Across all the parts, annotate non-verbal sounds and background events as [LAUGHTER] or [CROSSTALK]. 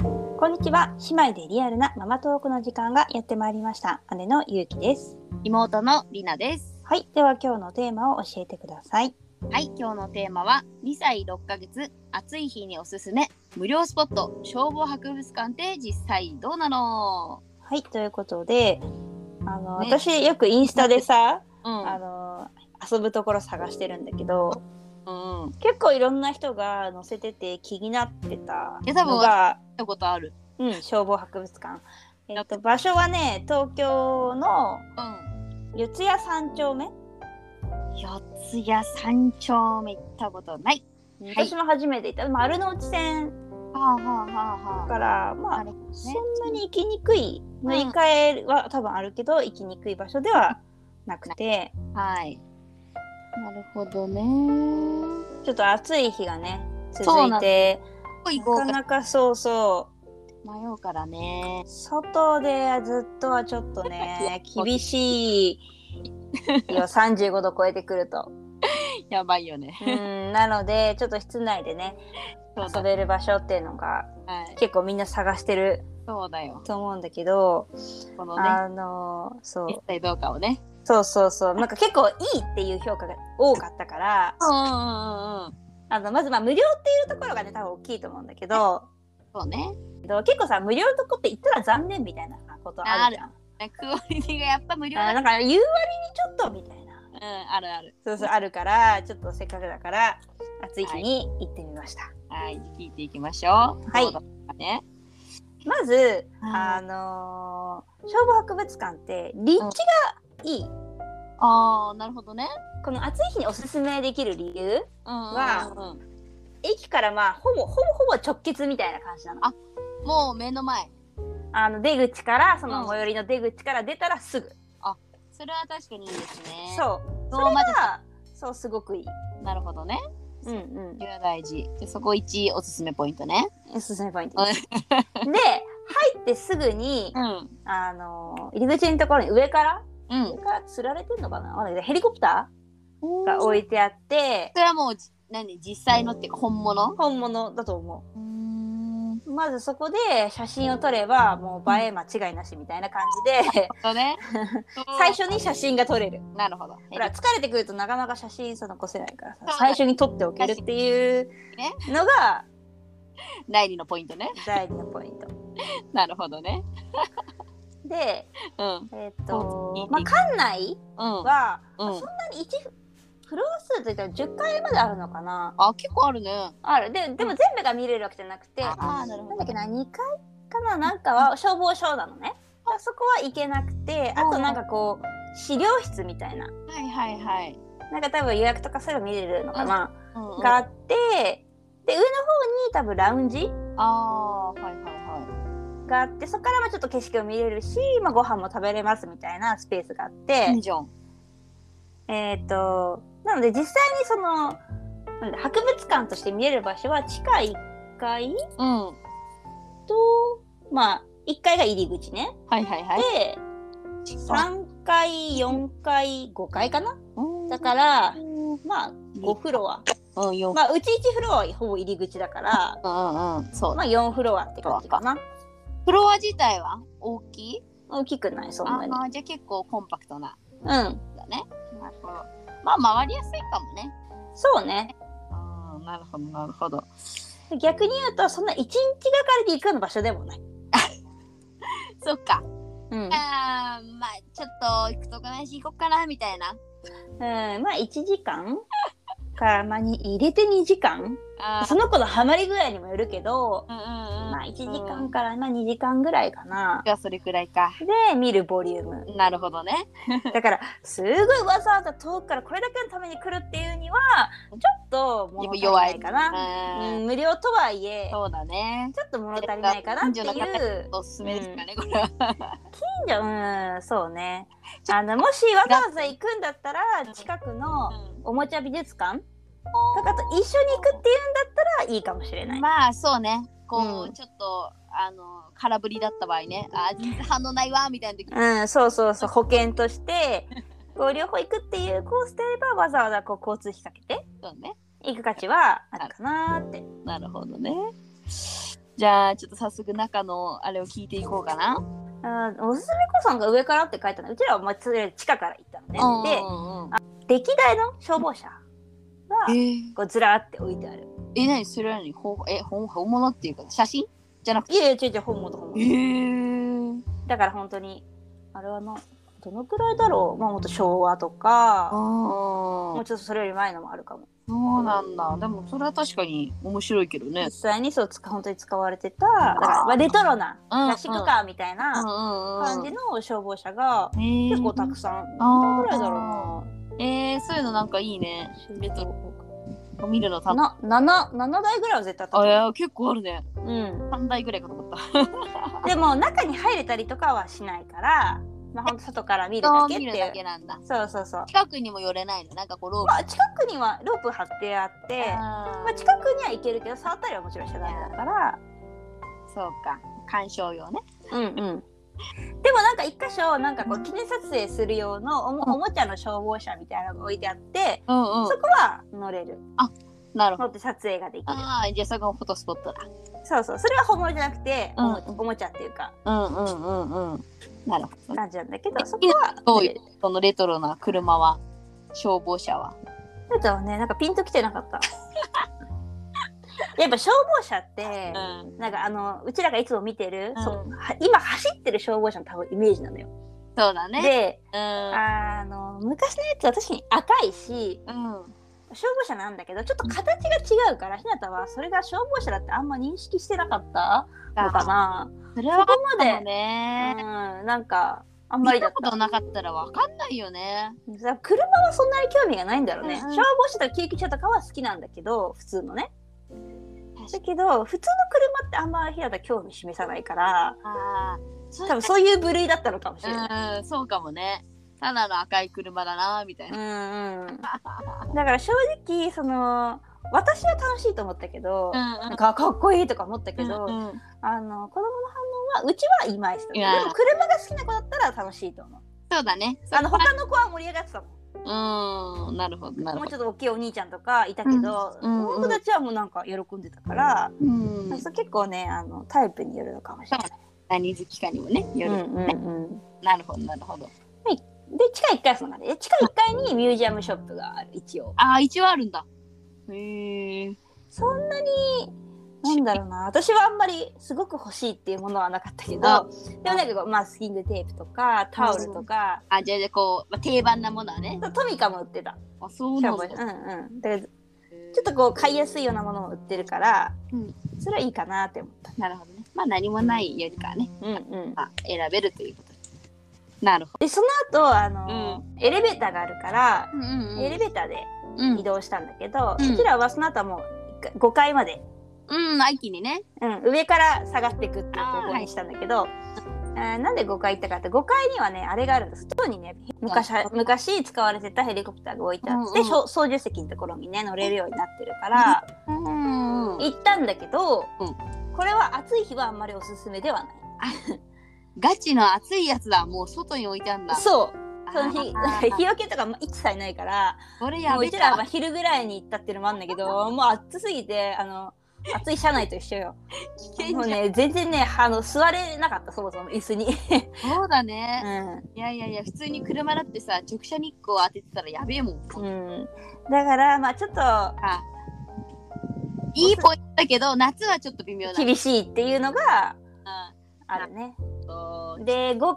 こんにちは姉妹でリアルなママトークの時間がやってまいりました姉のゆうきです妹のりなです。はいでは今日のテーマを教えてくださいはい、今日のテーマは2歳6ヶ月暑い日におすすめ無料スポット消防博物館って実際どうなの？はいということであの、ね私よくインスタでさうんあの遊ぶところ探してるんだけどうん、行っ結構いろんな人が載せてて気になってたえ多分のが、たことある。うん、消防博物館、えっと、場所はね東京のうん。四谷三丁目四谷三丁目行ったことない。はい私も初めて行った、丸の内線はあはあはあはからあ。まああれね。そんなに行きにくい乗り換えは多分あるけど行きにくい場所ではなくてはい。なるほどね。ちょっと暑い日がねそう続ないんて行なこうかかなかそうそう迷うからね。外でずっとはちょっとね厳しいよ35度超えてくるとやばいよね。うんなのでちょっと室内でねそう遊だ。べる場所っていうのがはい。結構みんな探してるそうだよ。と思うんだけど、このねあのそう実際どうかをね。そうそうそうなんか結構いいっていう評価が多かったからうんうんうんうん。あのまずまあ無料っていうところがね多分大きいと思うんだけどそうね。けど結構さ無料のとこって言ったら残念みたいなことあるじゃん。クオリティがやっぱ無料あだ。なんか言う割にちょっとみたいなうん、あるある。そうそうあるからちょっとせっかくだから暑い日に行ってみました。はい、聞いていきましょう。はいどうだったかね。まず、はいあのー消防博物館って立地がいい、ああ、なるほどね。この暑い日におすすめできる理由うんうんうんうん、は駅からまあほぼほぼほぼ直結みたいな感じなの。あもう目の前。あの出口からそのうん最寄りの出口から出たらすぐ、それは確かにいいですね。う。そうそそうれまずがそうすごくいい。なるほどね。うんうんそれは大事。でそこ一おすすめポイントね。おすすめポイントうんです。で入ってすぐに、うん。あのー入り口のところに上からうん上。からつられてんのかなわかんないけどヘリコプターがそ置いてあってれはもうじ何実際のっていうか本物。本物だと思うん。う。まずそこで写真を撮ればもう映え間違いなしみたいな感じでそ [LAUGHS] うね。最初に写真が撮れる。なるほど。ほら疲れてくるとなかなか写真その残せないからさそう最初に撮っておけるっていうのが第二のポイントね。第二のポイント。なるほどね。で、うん。えっ、いいとね、まあ、館内うん。は、うそんん。なに一フロア数といったら10階まであるのかなあ、結構あるね。あるででも全部が見れるわけじゃなくて、あーなるほどんだっけな2階かななんかは消防署なのねだからそこは行けなくてあとなんかこう資料室みたいなはいはいはい。なんか多分予約とかそういうの見れるのかな、うんうんがあってで上の方に多分ラウンジああーはいはいはがあってそこからもちょっと景色を見れるし、まあ、ご飯も食べれますみたいなスペースがあって。い。いいじゃん。えっ、となので実際にそのなんだ博物館として見える場所は地下1階うん。はとまあ1階が入り口ね。いはいはい。で3階4階5階かなだからうんまあ5フロアうんよ。まあうち1フロアはほぼ入り口だからうんうんそう。まあ4フロアって感じかな。フロア自体は大きい？大きくないそんあなに。あーじゃあ結構コンパクトなうんだね。なるほど。まあ回りやすいかもね。そうね。うんなるほどなるほど。逆に言うとそんな1日がかりで行くような場所でもない。 [LAUGHS] そっか。うん、うんあーまあちょっと行くとこないし行こっかなみたいな。まあ1時間 [LAUGHS] か、まあ、に入れて2時間あー [LAUGHS] その子のハマり具合にもよるけど、うんうんうん。まあ、1時う間ん。からまあ2時間ぐらいかな。がそれくらいか。で見るボリュームなるほどね。だからすごいわざわざ遠くからこれだけのために来るっていうにはちょっと物足りないかな、う。うんん、無料とはいえそうだね。ちょっと物足りないかなっていう近所の方におすすめですかね、これは。近所うんそうねあのもしわざわざ行くんだったら近くのおもちゃ美術館とかと一緒に行くっていうんだったらいいかもしれない。まあそうねこう、うんちょっとあの空振りだった場合ねあ全然反応ないわみたいな時うん、そうそうそう保険としてこう両方行くっていうコースであればわざわざこう交通費かけてそうね行く価値はあるかなーって。なるほどねじゃあちょっと早速中のあれを聞いていこうかな。あーおすすめ子さんが上からって書いたのうちらはまあとりあえず地下から行ったのね。うで歴代の消防車がんうんうん、えこうずらーって置いてある。ー、え何それなのにほえ本本物っていうか写真じゃなくて。いやいや違う違う本物本物。ー、だから本当にあれはなどのくらいだろうまあもっと昭和とかあもあうちょっとそれより前のもあるかも。そうなんだ。でもそれは確かに面白いけどね実。際にそう使本当に使われてただからまあレトロなクうんラシックカーみたいうんなうん感うじの消防車がん。結構たくさん。あ何ーぐらいだろうな。えー、そういうのなんかいいね。レトロ。見るの楽しな7、7台ぐらいは絶対あったあとい思う。や結構あるね。うん。 3台ぐらいかと思った。でも中に入れたりとかはしないから、まあ本当外から見るだ人をけって見いるだう。けなんだ。そうそうそう。近くにも寄れないの。なんかこうロープまあ近くにはロープ張ってあって、あまあー近くには行けるけど触ったりはもちろんしちゃダメだから。そうか。鑑賞用ね。うんうん。でもなんか一箇所なんかこう記念撮影する用のおもおもちゃの消防車みたいなのが置いてあって、うんそこは乗れる。なるほど。乗って撮影ができる。ああ、じゃあそこがフォトスポットだ。そうそう。それは本物じゃなくて、おもうんおもちゃっていうかうんうんうんうん。なるほどね。感じなんだけど、そこは乗そうれいるう、そのレトロな車は、消防車は。ゆうたはねなんかピンときてなかったやっぱ消防車って、ん。なんかあのうちらがいつも見てる、うんそうは今走ってる消防車の多分イメージなのよ。そうだね。でうん。あの昔のやつは確かに赤いしうん。消防車なんだけどちょっと形が違うからひなたはそれが消防車だってあんま認識してなかったのかな。そそれは、こまで、ね。うん、なんかあんまり見だたっこた。となかったらわかんないよね。車はそんなに興味がないんだろうね。うんうん消防車とか救急車とかは好きなんだけど普通のね。だけど普通の車ってあんま平田興味示さないからああ、そう多分そういう部類だったのかもしれない。うん、そうかもね。ただの赤い車だな、みたいうな。んうん、だから正直その私は楽しいと思ったけど、んなんかかっこいいとか思ったけど、うんうんあの子供の反応はうちはいまいちだったいやーでも車が好きな子だったら楽しいと思うそうだね。あの他の子は盛り上がってたもんうん、なるほど、なるもほうちど。ょっと大きいお兄ちゃんとかいたけど、うんうんうん僕たちはもうなんか喜んでたから、うんそう結構ねあのタイプによるのかもしれない。何好きかにもね、ようる。んうんうんなるほど、なるほど。で地下1階その中で地下1階にミュージアムショップがある一応ああ、一応あるんだ。へえ。そんなになんだろうな私はあんまりすごく欲しいっていうものはなかったけどあでもなんかこうマスキングテープとかタオルとかあ、じゃあ、じゃあこう、まあ、定番なものはね。トミカも売ってたあ、そ消うなん防だ。車うんうんでちちょっとこう買いやすいようなものも売ってるから、うんそれはいいかなって思ったなるほどね。まあ、何もないよりかはね、うんうんまあ、選べるということで。なるほでその後あの、エレベーターがあるから、ど。うんうんエレベーターでうん移動したんだけど、うんうちらはその後はもう5階までうん、一気にね。うん、上から下がっていくっていう方法にしたんだけど、あーなんで5階行ったかって5階にはねあれがあるんです外にね昔あ昔使われてたヘリコプターが置いてあって、うんうんしょ操縦席のところにね乗れるようになってるから、うん行ったんだけど、うんこれは暑い日はあんまりおすすめではない。ガチの熱いやつだ。もう外に置いてあんだ。そうあーその日日よけとかも一切ないからこれやもうべうちらは昼ぐらいに行ったっていうのもあるんだけ [LAUGHS] どもう暑すぎてあの暑い車内と一緒よ。危も険うじゃん。ね全然ねあの座れなかったそもそも椅子 [LAUGHS] に。そうだうね。んいやいやいや、普通に車だってさ、直射日光当ててたらやべえもん。うん、だからまあちょっとあいいポイントだけど、夏はちょっと微妙だ。厳しいっていうのがああるね。そうで5回4回は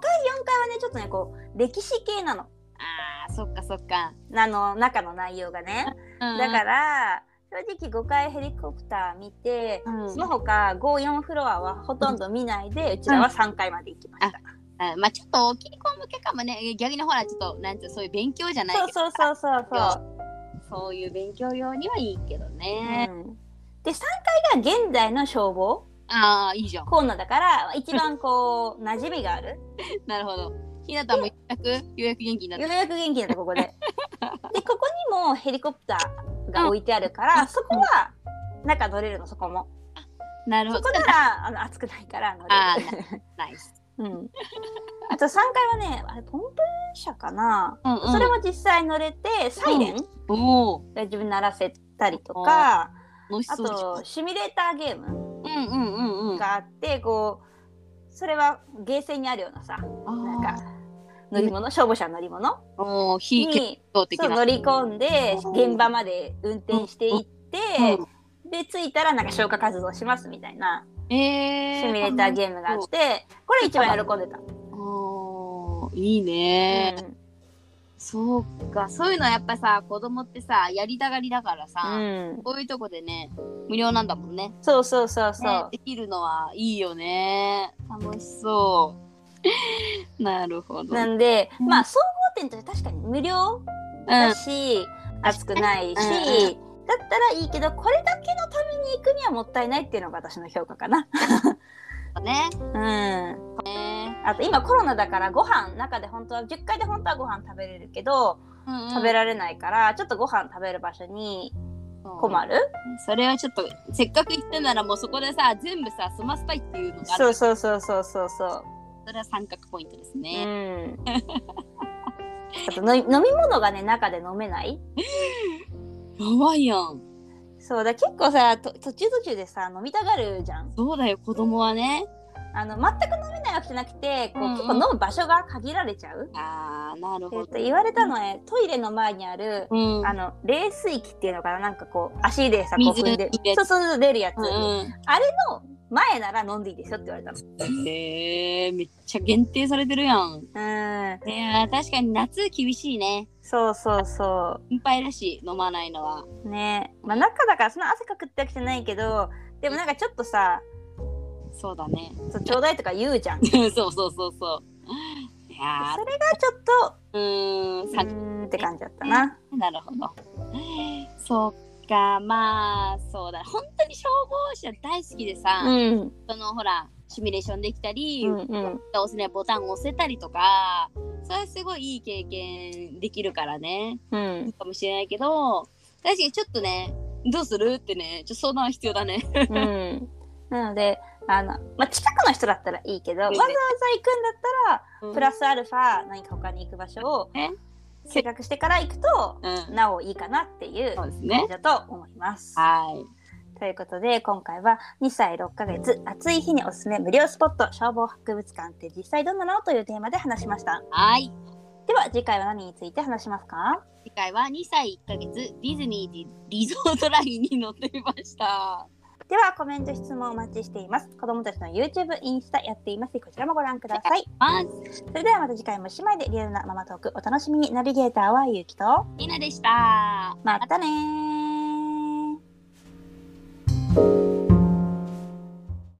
ねちょっとねこう歴史系なのあー、そっかそっか。あの中の内容がね。うんだから正直5回ヘリコプター見てうんその他54フロアはほとんど見ないでうちらは3回まで行きました。あまあちょっと大きい子向けかもね逆にほらちょっとなんていうのそういう勉強じゃないそうけどそうそうそうそう。そういう勉強用にはいいけどね、うんで3回が現代の消防ああいいじゃん [LAUGHS] コーナーだから一番こう馴染みがあるなるほどひなたもようやくようやく元気になっよたうやく元気だった [LAUGHS] ここで。でここにもヘリコプターが置いてあるから、そこは中乗れるのそこも。なるほそどこならあの暑くないから乗れる。ナイスうん、あと3階はねあれポンプ車かな、うんうんそれも実際乗れてサイレンおおが自分鳴らせたりとか、楽しあそうじゃんとシミュレーターゲームうんうんうんうんうん。があってこうそれはゲーセンにあるようなさななんか乗り物消防車の乗り物もう非血に統的そうな。乗り込んでうん現場まで運転していって、で着いたらなんか消火活動しますみたいなうんえー、シミュレーターゲームがあってこれ一番喜んでた。おーいいね、うんそうかそういうのやっぱさ子供ってさやりたがりだからさ、うん、こういうとこでね無料なんだもんねそうそうそうそう、ねできるのはいいよね楽しそう [LAUGHS] なるほど、なんで、うんまあ総合店って確かに無料だし、熱くないし、うんだったらいいけどこれだけのために行くにはもったいないっていうのが私の評価かな。うんねうん、ねあと今コロナだからご飯中で本当は10回で本当はご飯食べれるけどうんうん食べられないから、ちょっとご飯食べる場所にそう困る、それはちょっとせっかく行ったならもうそこでさ全部さ済ませたいっていうのがあるそうそうそうそうそうそう。それは三角ポイントですうね、ん、 [LAUGHS] あとの飲み物がね中で飲めないやばいやんそうだ結構さと途中途中でさ飲みたがるじゃん。そうだよ子供はねあの全く飲めないわけじゃなくてこう、うんうん結構飲む場所が限られちゃう、あーなるえほっとど言われたのはねトイレの前にある、うんあの冷水器っていうのかななんかこう足でさこう水踏んで入れそうそうそう出るやつ、う前なら飲んでいいですよって言われたの。ん、へえめっちゃ限定されてるやん。うんいやー確かに夏厳しいね。そうそうそ心配だし飲まないのは。うねまあ中だからそんな汗かくってわけじゃないけどでもなんかちょっとさそうだね。そうちょうだいとか言うじゃん。そ [LAUGHS] そうそうそうそう。いやれがちょっとーうーんうさーんって感じだったな。なるほど。そうかまあそうだ本当に消防車大好きでさ、うんそのほらシミュレーションできたり、うんうん押せないボタンを押せたりとかそれはすごいいい経験できるからね。 [LAUGHS] うんかもしれないけど確かにちょっとねどうするってねちょっと相談は必要だね。うんなのであの、まあ、近くの人だったらいいけどわざわざ行くんだったらプラス、スアルファ何か他に行く場所をえ計画してから行くとうん、なおいいかなっていうそう感ですねじ。だと思います。はい。ということで今回は2歳6ヶ月暑い日におすすめ無料スポット消防博物館って実際どんなのというテーマで話しました。はい。では次回は何について話しますか次回は2歳1ヶ月ディズニーリリゾートラインに乗ってみました。ではコメント質問お待ちしています。子供たちの YouTube、インスタやっています。こちらもご覧ください。まず、それではまた次回も姉妹でリアルなママトークお楽しみにナビゲーターはゆうきとみなでした。またねー